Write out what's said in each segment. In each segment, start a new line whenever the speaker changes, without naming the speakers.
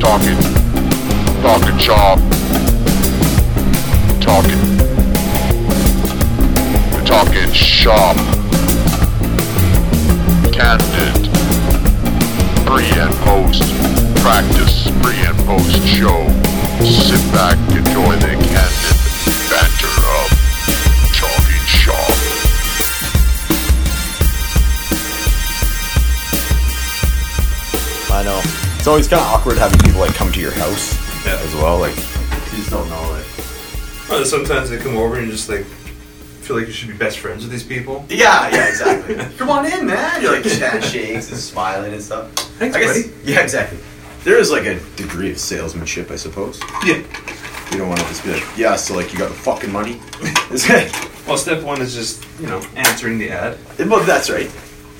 talking, talking chop, talking, talking shop, candid, pre and post, practice pre and post show. Sit back, enjoy the candid banter of talking shop.
I know. It's always kind of awkward having people like come to your house
Yeah.
as well. Like, you just don't know. Like,
Well, sometimes they come over and you just like feel like you should be best friends with these people.
yeah, yeah, exactly. come on in, man. You're like just handshakes and smiling and stuff.
Thanks,
I guess,
buddy.
yeah, exactly. There is like a degree of salesmanship, I suppose.
Yeah.
You don't want to just be like, yeah, so like you got the fucking money. It's like,
Well, step one is just you know answering the ad.
well, that's right.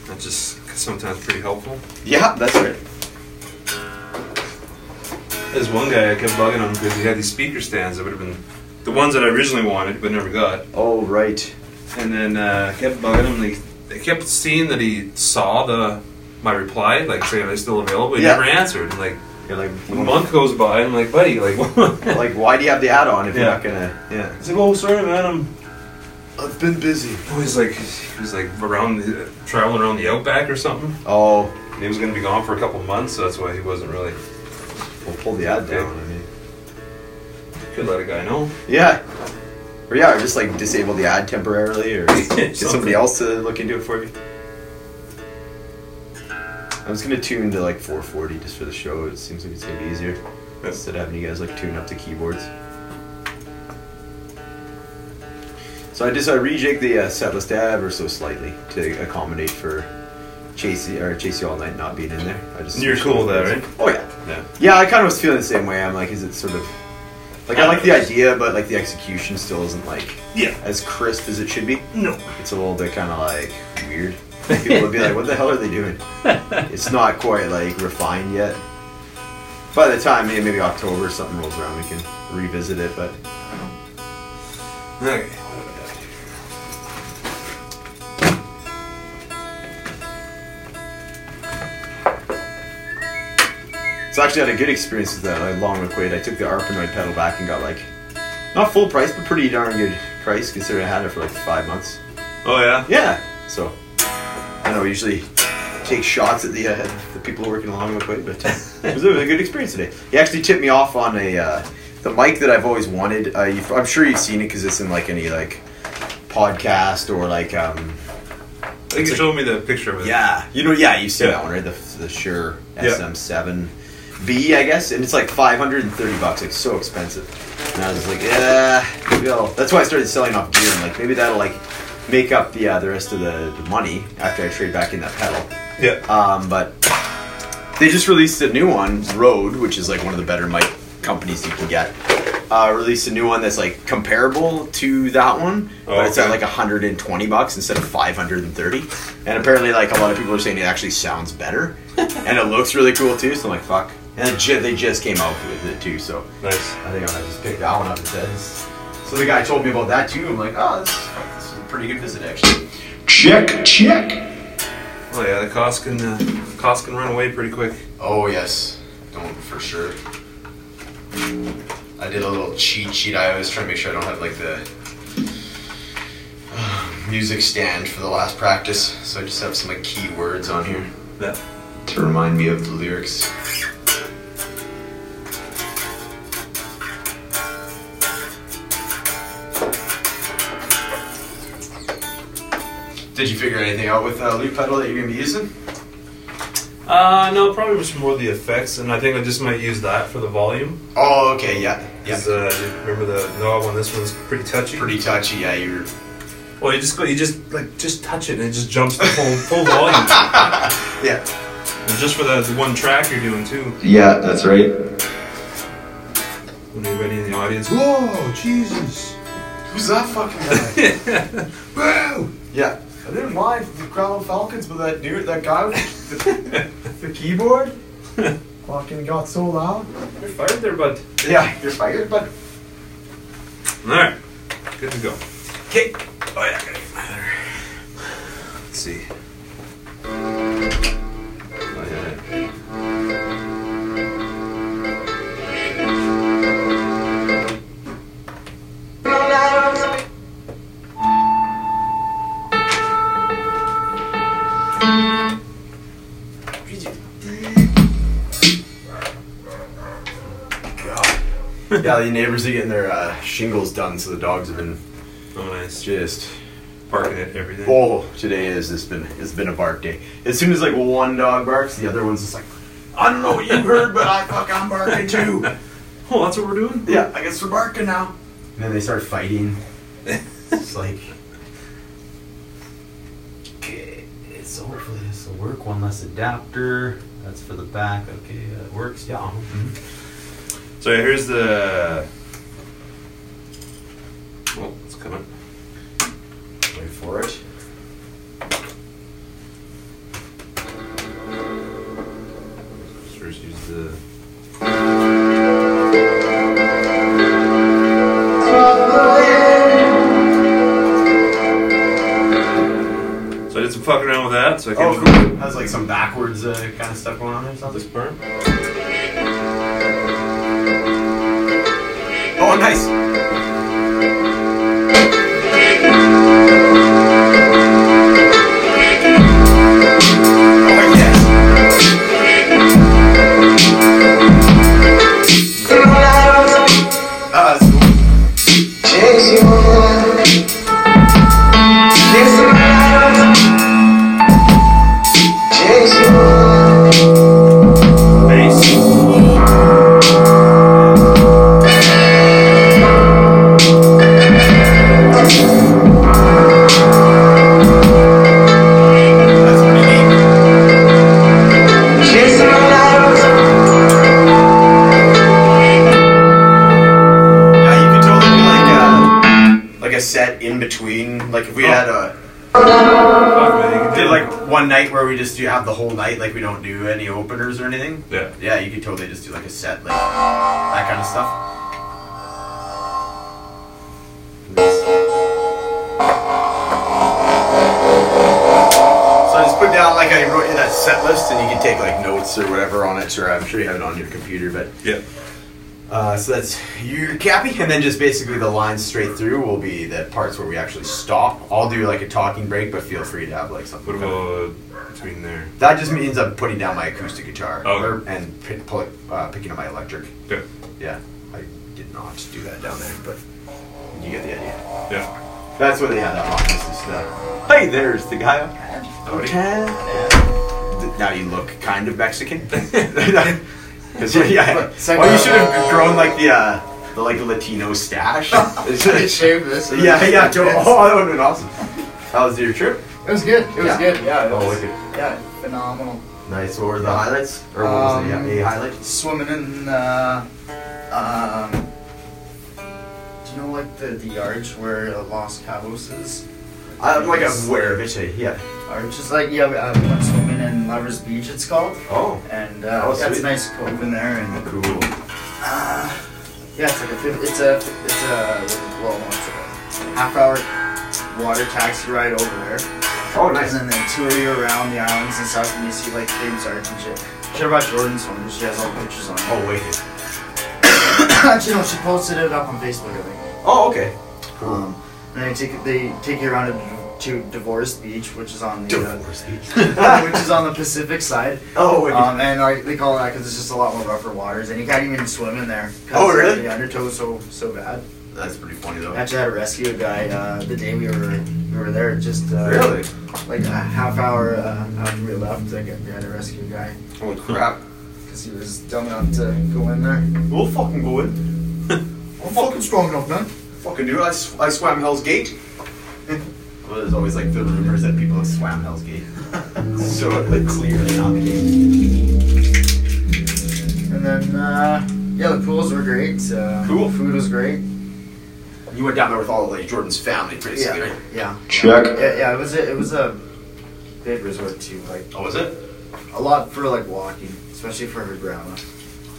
That's just sometimes pretty helpful.
Yeah, that's right.
There's one guy I kept bugging on because he had these speaker stands that would have been the ones that I originally wanted but never got.
Oh, right.
And then uh, I kept bugging him. They, they kept seeing that he saw the my reply, like saying are they still available. He
Yeah.
never answered. And, like
You're like,
a month goes by, and I'm like, buddy, like, what?
Like, why do you have the add-on if you're
Yeah.
not gonna? Yeah.
he's like, oh, sorry, man, I'm
I've been busy.
Oh, he's like he was like around the, traveling around the outback or something.
Oh,
And he was gonna be gone for a couple months, so that's why he wasn't really.
we'll pull the ad down. I mean.
Could let a guy know.
Yeah. Or yeah, or just like disable the ad temporarily or get somebody
Something.
else to look into it for you. I was gonna tune to like 440 just for the show. It seems like it's gonna be easier
Yeah.
instead of having you guys like tune up the keyboards. So I just I rejig the uh, set list ever so slightly to accommodate for Chasey or Chasey all night not being in there. I just
You're cool with that, right?
Oh yeah.
Yeah.
Yeah, I kind of was feeling the same way. I'm like, is it sort of like I like the idea, but like the execution still isn't like
Yeah.
as crisp as it should be.
No.
It's a little bit kind of like weird. People would be like, "What the hell are they doing?" It's not quite like refined yet. By the time maybe, maybe October or something rolls around, we can revisit it. But
Okay.
so I actually had a good experience with that. Like long McQuaid, I took the Arpanoid pedal back and got like not full price, but pretty darn good price considering I had it for like five months.
Oh yeah.
Yeah. So I know we usually take shots at the uh, the people working along with it, but uh, it was a really good experience today. He actually tipped me off on a uh, the mic that I've always wanted. Uh, you've, I'm sure you've seen it because it's in like any like podcast or like um
I think you showed me the picture of it.
yeah you know yeah you've seen
Yeah.
that one right the the Shure
Yeah.
SM7 B I guess and it's like 530 bucks it's so expensive and I was like yeah maybe I'll-" that's why I started selling off gear and like maybe that'll like make up the uh, the rest of the, the money after I trade back in that pedal
Yeah.
um, but they just released a new one, Rode, which is like one of the better mic companies you can get. Uh, released a new one that's like comparable to that one, but it's at
Okay.
like 120 bucks instead of 530. And apparently, like a lot of people are saying, it actually sounds better, and it looks really cool too. So I'm like, fuck. And it ju- they just came out with it too, so
Nice.
I think I'm gonna just pick that one up instead. So the guy told me about that too. I'm like, oh, this, fuck, this is a pretty good visit actually.
Check, check.
Oh yeah. The cost can uh, cost can run away pretty quick.
Oh yes, don't for sure. I did a little cheat sheet. I always try to make sure I don't have like the uh, music stand for the last practice, so I just have some like key words on here
Yeah.
to remind me of the lyrics. Did you figure anything out with uh, loop pedal that you're gonna be using?
Uh no, probably was more the effects, and I think I just might use that for the volume.
Oh, okay, yeah, yeah.
'Cause, Uh, remember the knob on this one's pretty touchy.
Pretty touchy. Yeah, you're
Well, you just go, you just like just touch it, and it just jumps to full full volume.
yeah.
And just for the, the one track you're doing too.
Yeah, that's right.
When anybody in the audience, whoa, Jesus.
Who's that fucking guy?
wow!
yeah. I didn't mind the Crown Falcons, but that dude, that guy with the, the keyboard, fucking got so loud.
You're fired there, bud.
Yeah, you're fired, but
Alright, good to go. Okay. Oh, yeah, I gotta get my other. Let's see. uh, Oh, yeah.
Yeah, the neighbors are getting their uh, shingles done, so the dogs have been
Oh, nice.
just
Barking at everything.
oh today is it's been it's been a bark day. As soon as like one dog barks, the other one's just like I don't know what you heard, but I fuck I'm barking too.
Oh, that's what we're doing?
yeah, I guess we're barking now. And then they start fighting. it's like
Okay, so hopefully this will work. One less adapter. That's for the back. Okay,
uh,
that works. Yeah.
uh-huh, mm-hmm.
So here's the. Oh, it's coming.
wait for it.
First, use the. So I did some fucking around with that, so I
Oh,
can't.
cool. That's like some backwards uh, kind of stuff going on there. Sounds like.
This part.
Oh, nice. Oh, Uh,
Bass.
Yeah, you could totally do like a, like a set in between. Like if we had a did like one night where we just do have the whole night, like we don't do any openers or anything.
Yeah.
Yeah, you could totally just do like a set, like that kind of stuff. So I just put down like I wrote you that set list, and you can take like notes or whatever on it. Or I'm sure you have it on your computer, but.
Yeah.
Uh, so that's your cappy, and then just basically the lines straight through will be the parts where we actually stop. I'll do like a talking break, but feel free to have like something.
What about between there?
that just means I'm putting down my acoustic guitar
Okay.
or- and p- pull, uh, picking up my electric.
Yeah.
Yeah, I did not do that down there, but you get the idea.
Yeah.
That's where they had that office and stuff. Hey, there's the guy. Now you look kind of Mexican. 'Cause, yeah, well, you should have grown like the uh, the like Latino stash.
Shave this. and
Yeah,
then-
yeah, Joe. Oh, that would have been awesome. How was your trip?
It was good. It was
Yeah.
good. Yeah. It
Oh,
was,
wicked.
Yeah, phenomenal.
Nice. What were the highlights? Or what was the
Um,
yeah, a highlight?
Swimming in. Uh, um, do you know like the the arch where uh, Los Cabos is?
I like a where of it. Yeah.
Arch is like yeah, we uh, we went swimming in Lovers Beach. It's called,
Oh,
and uh,
Oh,
that's
sweet.
a nice cove in there, and
cool.
yeah, it's like a fif- it's a it's a well, it's a half hour water taxi ride over there.
Oh, nice.
And then they tour you around the islands and stuff, and you see like famous art and shit. Shit about Jordan's one, she has all the pictures on. it.
Oh, wait.
Actually, no, she posted it up on Facebook, I think.
Oh, okay.
Um, and they take they take you around to, to Divorce Beach, which is on the uh,
Divorce beach.
which is on the Pacific side.
Oh, wait.
Um, and like they call it that because it's just a lot more rougher waters, and you can't even swim in there. 'cause
Oh, really?
The undertow's so so bad.
That's pretty funny though.
I actually had to rescue a guy uh, the day we were we were there. Just uh,
Really?
like a half hour uh, after we left, like, we had to rescue a guy
Holy crap.
because he was dumb enough to go in there.
We'll fucking go in.
I'm fucking strong enough, man.
Fucking do it. I, sw- I swam Hell's Gate. well, there's always like the rumors that people have swam Hell's Gate. so like clearly not the case.
And then, uh, yeah, the pools were great. Uh,
Cool.
Food was great.
You went down there with all of like, Jordan's family, basically.
Yeah,
Right?
yeah,
Check.
yeah, yeah. It was a, it was a big resort too. Like
Oh, was it?
a lot for like walking, especially for her grandma.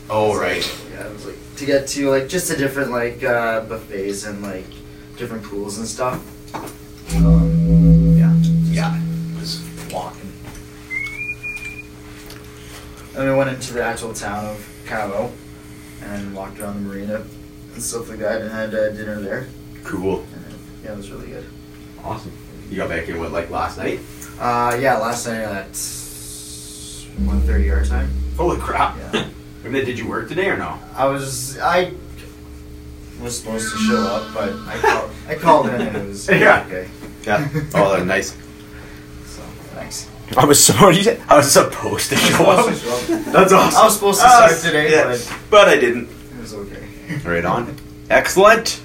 Oh, right.
Yeah, it was like to get to like just the different like uh, buffets and like different pools and stuff. Um, yeah,
Yeah. It was walking.
and we went into the actual town of Cabo and walked around the marina and stuff like that, and had uh, dinner there.
Cool.
Yeah, it was really good.
Awesome. You got back in what like last night?
Uh, yeah, last night at 1.30 our time.
Holy crap!
Yeah.
And then did you work today or no?
I was, I, was supposed to show up, but I called, I called in and it was
Yeah.
okay.
Yeah. Oh, that nice.
So thanks.
I was sorry. You said I was supposed to show up. That's
I
awesome.
was supposed to
Ah,
start today,
yeah. But I didn't.
but it was okay.
Right on. Excellent.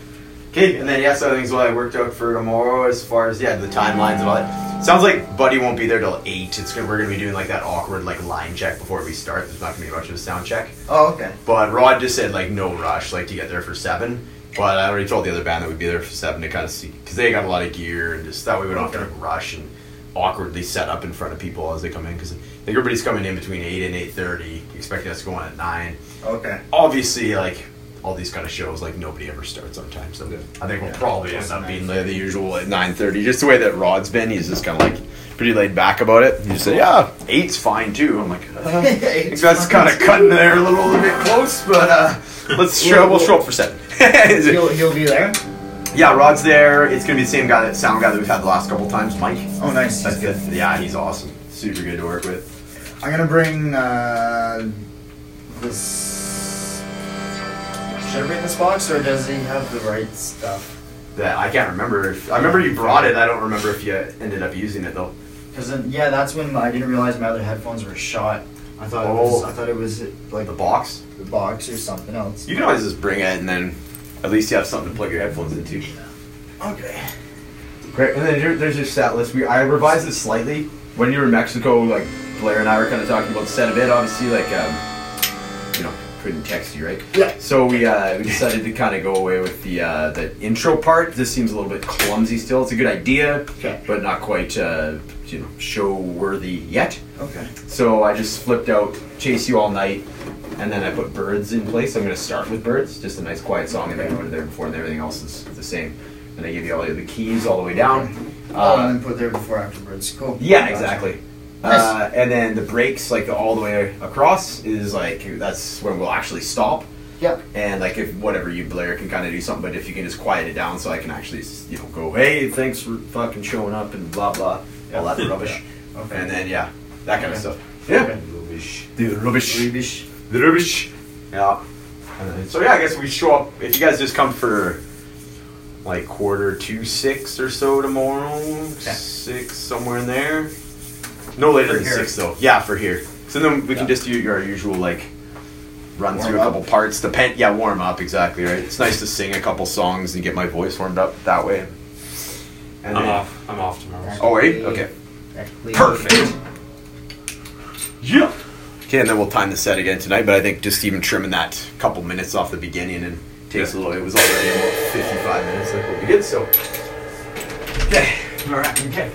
Okay, and then yeah, so things what I worked out for tomorrow as far as yeah the timelines and all that. Sounds like Buddy won't be there till eight. It's gonna, we're gonna be doing like that awkward like line check before we start. There's not gonna be much of a sound check.
Oh, okay.
But Rod just said like no rush, like to get there for seven. But I already told the other band that we'd be there for seven to kind of see because they got a lot of gear and just that way we don't have to like, rush and awkwardly set up in front of people as they come in because I think everybody's coming in between eight and eight thirty, expecting us to go on at nine
Okay.
obviously like all these kind of shows like nobody ever starts on time so i think we'll probably end up being the, the usual at 9.30 just the way that rod's been he's just kind of like pretty laid back about it he just said yeah eight's fine too i'm like uh, I think that's kind of cutting there a little, bit close but uh let's show we'll show up for seven
He'll, he'll be there.
yeah rod's there it's gonna be the same guy that sound guy that we've had the last couple times mike
Oh, nice. He's
that's good yeah he's awesome super good to work with
I'm gonna bring uh, this. Should I bring this box, or does he have the right stuff?
that i can't remember if i remember you brought it i don't remember if you ended up using it though
Because then, yeah, that's when I didn't realize my other headphones were shot. I thought it
Oh.
was. I thought it was like
the box
the box or something else.
You can always just bring it and then at least you have something to plug your headphones into.
Okay.
Great. And then there- there's your set list. We I revised it slightly. When you were in Mexico, like Blair and I were kind of talking about the set a bit. Obviously, like um, you know, couldn't text you, right?
Yeah.
So we uh, we decided to kind of go away with the uh, the intro part. This seems a little bit clumsy still. It's a good idea,
Okay.
but not quite uh, you know show worthy yet.
Okay.
So I just flipped out Chase You All Night, and then I put Birds in place. I'm going to start with Birds, just a nice quiet song, and then go to there before, and everything else is the same. And I give you all the keys all the way down.
Oh,
Uh,
and then put there before afterwards. Cool.
yeah,
Gotcha.
exactly.
Nice.
Uh, and then the breaks, like the, all the way across, is like that's when we'll actually stop.
Yep.
And like if whatever you Blair can kind of do something, but if you can just quiet it down, so I can actually you know go, hey, thanks for fucking showing up and blah blah, all that rubbish.
Okay.
And then yeah, that kind of stuff.
Okay.
Rubbish.
Dude, rubbish.
Rebish.
The rubbish.
Yeah. So yeah, I guess we show up if you guys just come for like quarter to six or so tomorrow, six somewhere in there. No later than
here.
six though. Yeah, for here. So then we can just do our usual like run through a
Warm up.
couple parts. Depend, yeah, warm up exactly right. It's nice to sing a couple songs and get my voice warmed up that way. And
I'm off. I'm off tomorrow.
Oh wait, okay,
Exactly.
perfect.
Yeah.
Okay, and then we'll time the set again tonight. But I think just even trimming that couple minutes off the beginning and takes a little. It was already about fifty-five minutes. Like what we did. So okay, all right, okay.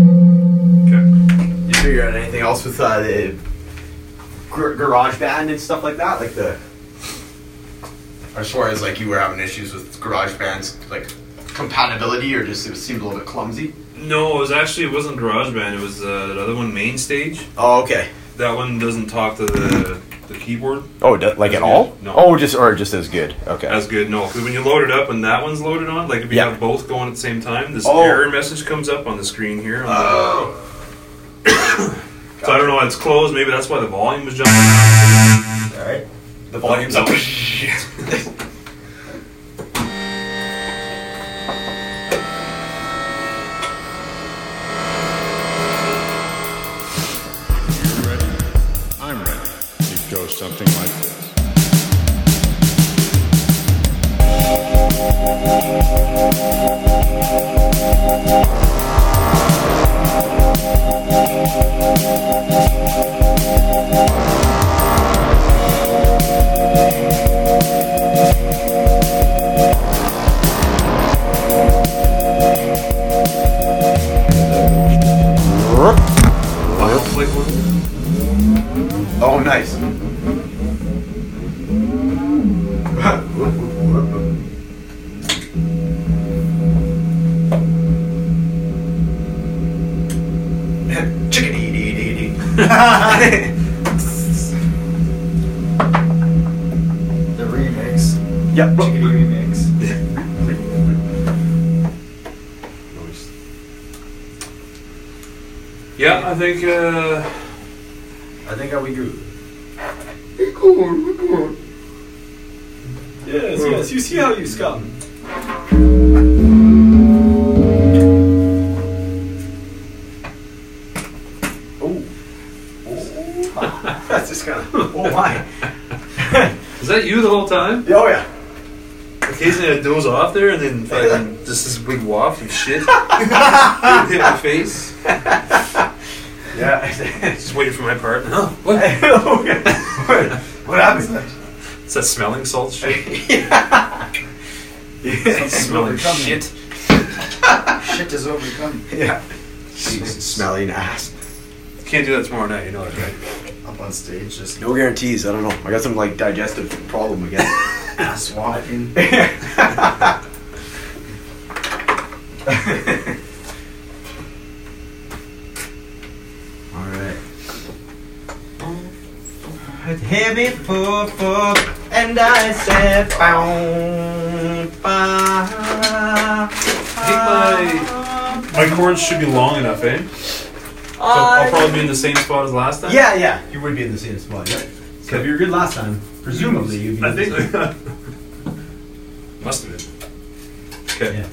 Okay.
You figure out anything else with uh, the gar- garage band and stuff like that, like the. As far as like you were having issues with garage bands, like compatibility, or just it seemed a little bit clumsy.
No, it was actually it wasn't GarageBand. It was uh, the other one, Main Stage.
Oh, okay.
That one doesn't talk to the the keyboard
Oh, like
As at all? good? No. Oh,
just or just as good. Okay.
as good. No, because when you load it up and that one's loaded on, like if you
Yeah.
have both going at the same time, this
Oh.
error message comes up on the screen here. on the-
Oh.
so I don't know. It's closed. Maybe that's why the volume was jumping. All
Alright.
the volume's up.
You ready? I'm ready. It goes something like this.
File flick one.
Oh, nice. Chickadee dee dee dee.
The remix.
Yep.
Chickadee remix.
Yeah, I think. Uh,
I think I we grew.
Yes, yes, you see how you scum.
Oh.
Oh.
That's just kind of. Oh my.
is that you the whole time?
Oh yeah.
Occasionally I doze off there and then fucking just this big waft of shit hit my face.
Yeah.
Just waiting for my partner. Oh, what?
what happens next?
It's that smelling salt shit. smelling
overcoming.
shit.
Shit is overcoming.
Yeah. Smelling ass.
Can't do that tomorrow night, you know that, right?
Up on stage, just
No guarantees. I don't know. I got some like digestive problem again.
ass whopping.
All right.
With heavy poof poof, and I said, boom,
Uh,
I think my my chords should be long enough, eh? So I'll probably be in the same spot as last time.
Yeah, yeah, you would be in the same spot, yeah. So if you were good last time, presumably you'd be.
I
in the
think
same-
must have been. Okay.
Yeah.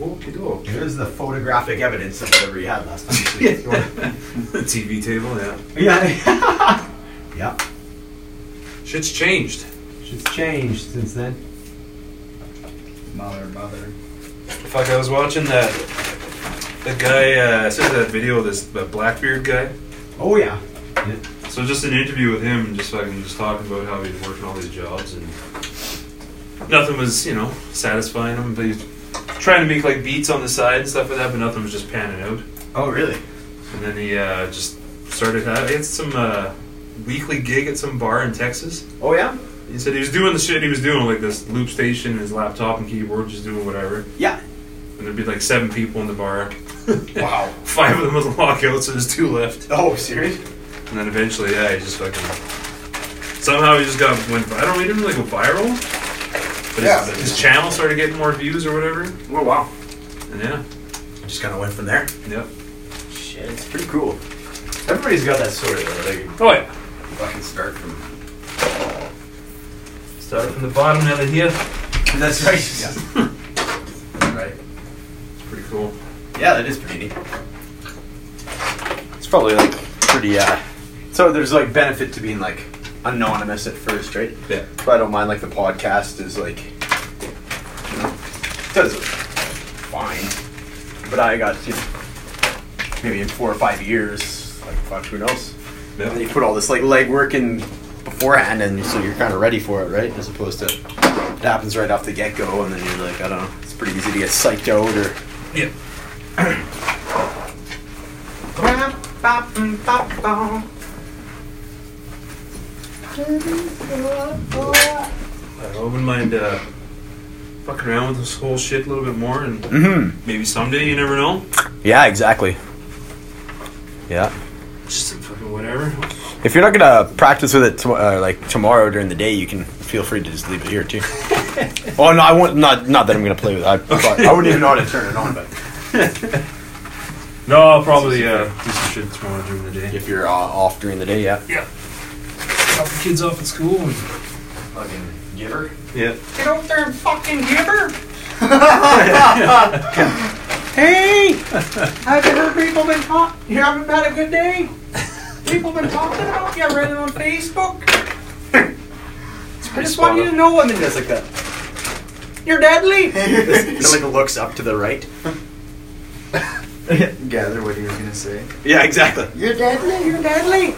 Okey-doke.
Here's the photographic evidence of whatever you had last time.
The TV table, yeah.
yeah. yeah.
Shit's changed.
Shit's changed since then.
Mother, mother.
Fuck, I was watching that. The guy, uh, I sent that video of this uh, Blackbeard guy.
Oh yeah.
So just an interview with him, and just fucking just talking about how he's working all these jobs and nothing was, you know, satisfying him. But he's trying to make like beats on the side and stuff like that, but nothing was just panning out.
Oh really?
And then he uh, just started. ha- He had some uh, weekly gig at some bar in Texas.
Oh yeah.
He said he was doing the shit he was doing, like this loop station, and his laptop and keyboard, just doing whatever.
Yeah.
And there'd be like seven people in the bar.
Wow.
Five of them was locked out, so there's two left.
Oh, serious?
And then eventually, yeah, he just fucking somehow he just got went. I don't. He didn't really go viral, but
Yeah.
his, his channel started getting more views or whatever.
Oh wow.
And yeah,
Just kind of went from there.
yep.
Shit, it's pretty cool. Everybody's got that story though. They can
Oh yeah.
fucking start from.
Started from the bottom now to here.
That's right. Yeah. right.
Pretty cool.
Yeah, that is pretty neat. It's probably like pretty. Uh, so there's like benefit to being like anonymous at first, right?
Yeah.
But I don't mind like the podcast is like you know, does fine. But I got you know, maybe in four or five years, like fuck who knows.
Yeah.
And you put all this like legwork in beforehand, and so you're kind of ready for it, right? As opposed to it happens right off the get go, and then you're like, I don't know, it's pretty easy to get psyched out or.
Yeah. I wouldn't mind uh, fucking around with this whole shit a little bit more, and
Mm-hmm.
maybe someday you never know.
Yeah, exactly. Yeah.
Just some fucking whatever.
If you're not gonna practice with it to, uh, like tomorrow during the day, you can feel free to just leave it here too. oh no, I won't. Not not that I'm gonna play with. it. I thought- I wouldn't even know how to turn it on. But
No, I'll probably uh, do some shit tomorrow during the day.
if you're uh, off during the day, yeah.
Yeah. Drop the kids off at school. And...
Fucking giver.
Yeah.
Get out there and fucking give her.
Hey.
Have you heard people been talk? You haven't had a good day. People been talking about you. I read it on Facebook. It's
I just want you to know women does like that. You're deadly.
It like looks up to the right.
Gather what he was gonna say.
Yeah, exactly.
You're deadly. You're deadly.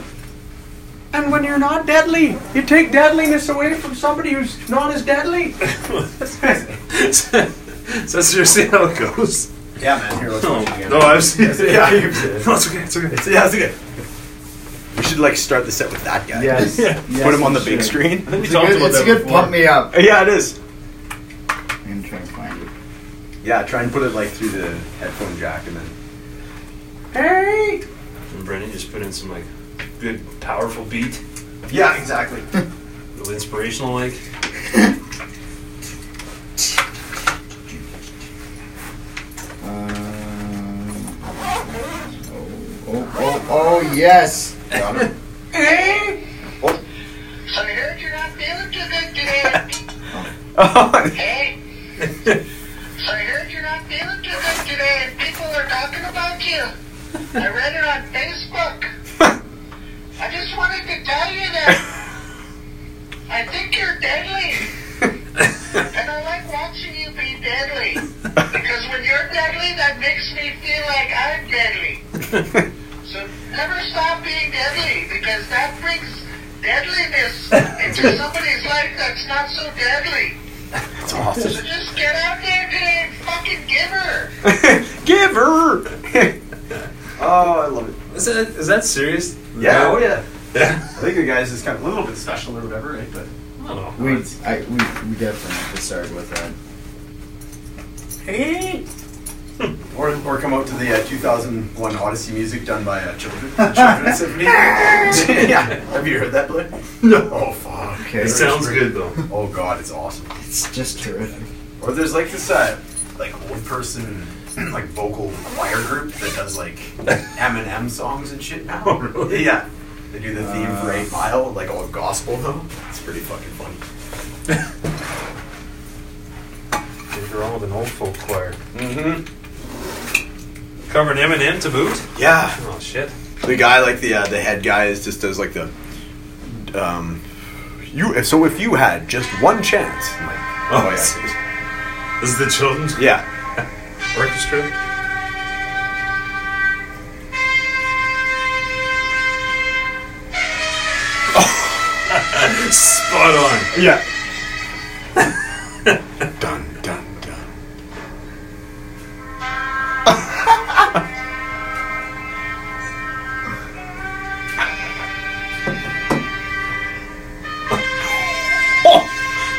And when you're not deadly, you take deadliness away from somebody who's not as deadly.
so that's seriously how it goes. Oh
Yeah, man. Here, let's
No,
watch it again.
no, I've seen it.
Yeah, you-
No, it's okay. It's okay.
It's, yeah, it's good. We should like start the set with that guy.
Yes.
Yeah.
Put him on the big screen.
I think we
It's a
talked
good,
about
it's
that
a good
before.
pump me up.
Yeah, it is.
I'm gonna try and find it.
Yeah, try and put it like through the headphone jack and then.
Hey!
And Brendan just put in some like good, powerful beat,
Yeah, exactly.
really inspirational like.
Um, oh, oh, oh, oh, yes! Got it.
I heard you're not feeling too good today. hey? I heard you're not feeling too good today, and people are talking about you. I read it on Facebook. I just wanted to tell you that I think you're deadly. And I like watching you be deadly. Because when you're deadly, that makes me feel like I'm deadly. So never stop being deadly because that brings deadliness into somebody's life that's not so deadly.
That's awesome.
So just get out there today and fucking give her.
Give her. oh, I love it.
Is that is that serious?
Yeah, oh yeah.
Yeah.
I think your guys is kind of a little bit special or whatever, right? But
I don't know.
We, I, we, we definitely have to start with that.
Hmm. or or come out to the uh, 2001 Odyssey music done by uh, children. children symphony. yeah. Have you heard that, Blair? No. Oh fuck.
Okay.
It sounds good though.
Oh god, it's awesome.
It's just terrific.
Or there's like this uh, like old person like vocal choir group that does like Eminem songs and shit now.
Oh, really?
Yeah. They do the theme
Uh.
for Eight Mile, like all gospel though. It's pretty fucking funny.
If you're on with an old folk choir,
Mm-hmm.
covering Eminem to boot.
Yeah.
Oh shit.
The guy, like the uh, the head guy, is just does like the um. You so if you had just one chance. I'm like, oh yeah.
This is the children's
Yeah.
orchestra. Spot on.
Yeah. dun dun dun.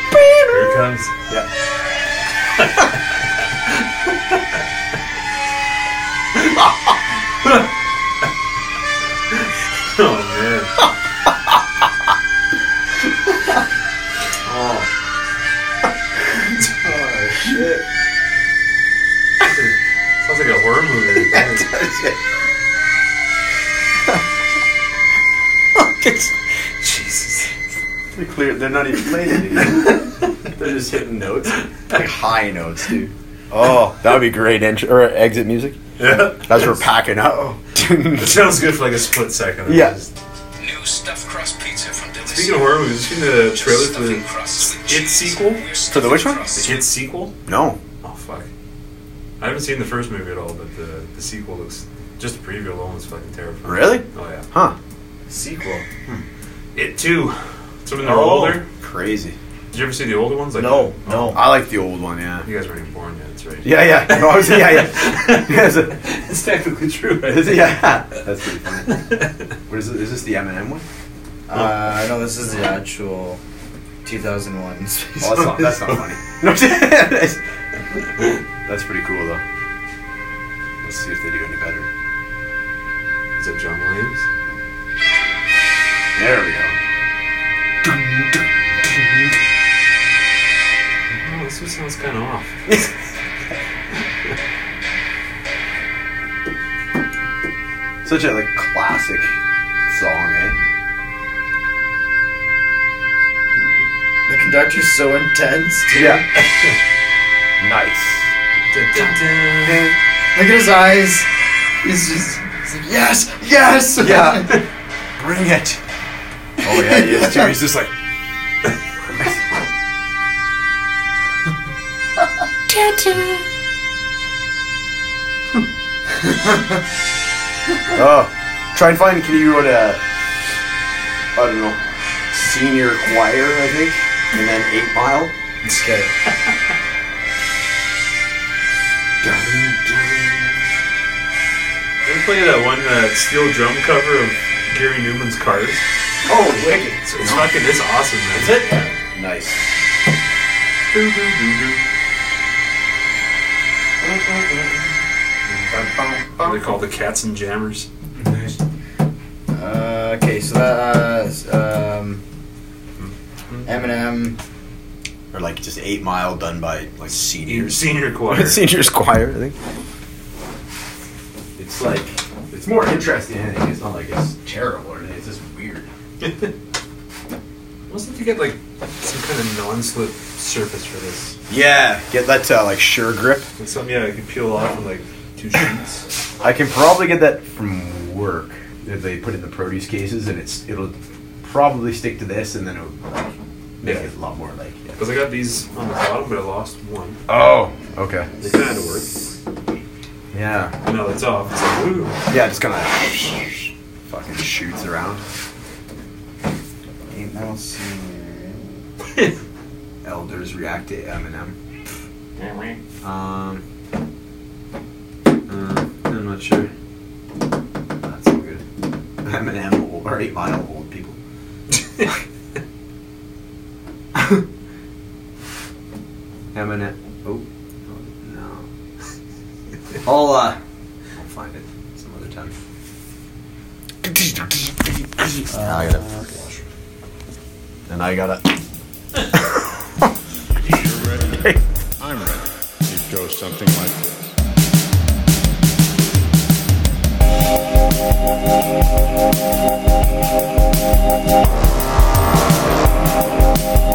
Here it comes.
Oh. Yeah.
Oh man. oh.
Oh shit.
Sounds like a horror movie. Jesus.
They're clear. They're not even playing anything. they're just hitting notes, like high notes, dude. Oh, that would be great entry or exit music
Yeah.
as we're packing up.
It sounds good for like a split second.
Yeah.
Just-
New stuffed crust pizza from Delicious.
Speaking of horror movies, have you seen the trailer for
Stuffing
the
crusts with
It
cheese.
sequel?
We're
For the which one?
stuffing crusts
It sequel?
no.
Oh fuck. I haven't seen the first movie at all, but the, the sequel looks just the preview alone is fucking terrifying.
Really?
Oh yeah.
Huh.
Sequel. It too. So when they're
Oh,
older.
Crazy.
Did you ever see the older ones? Like
No,
oh,
no.
I like the old one, yeah.
You guys weren't even born yet. That's right.
Yeah, yeah. No, I was, Oh, yeah, yeah. yeah, it's a-
it's technically true. Right?
it's a- yeah. That's pretty funny. What is, it, is this the Eminem one?
Uh, no, this is the actual 2001 Space
Oh, that's not, that's not funny. No, that's, that's pretty cool, though. Let's see if they do any better.
Is that John Williams?
There we go.
Oh, this one sounds kind of off.
Such a like classic song, eh?
The conductor's so intense. dude.
Yeah. nice.
Dun, dun, dun.
Look at his eyes. He's just he's like, yes, yes.
Yeah. Bring it. Oh yeah, he is too. He's just like
Shelter.
Oh, try and find. Can you go to? I don't know. Senior choir, I think, and then Eight Mile.
Okay.
Let me play that one uh, steel drum cover of Gary Newman's Cars.
Oh, wicked!
It's, it's fucking, it's awesome, man.
Is it?
Nice.
Doo, doo, doo, doo. What are they called? The Cats and Jammers.
Uh, okay, so that uh, s- um,
Mm-hmm.
Eminem.
Or like just Eight Mile done by like
Your
seniors.
senior choir.
seniors choir, I think.
It's like it's more interesting than anything. It's not like it's terrible or anything. It's just weird.
Wasn't to get like some kind of non-slip surface for this?
Yeah, get that uh, like sure grip.
Like something yeah, you could peel off in like two sheets.
I can probably get that from.
From work, that they put in the produce cases, and it's it'll probably stick to this, and then it'll like, make
Yeah.
it a lot more like. Yeah.
Because I got these on the bottom, but I lost one.
Oh, okay.
They kind of work.
Yeah,
But now that's off. It's like, ooh.
Yeah, just kind of fucking shoots around.
Eight Mile Senior.
Elders react to Eminem. Um,
uh, I'm not sure.
not so good. Eminem old, or Eight Mile old people.
Eminem. Oh,
No. I'll uh, I'll find it some other time. I
Uh,
gotta. And I gotta.
You're ready. I'm ready. It goes something like this.
Thank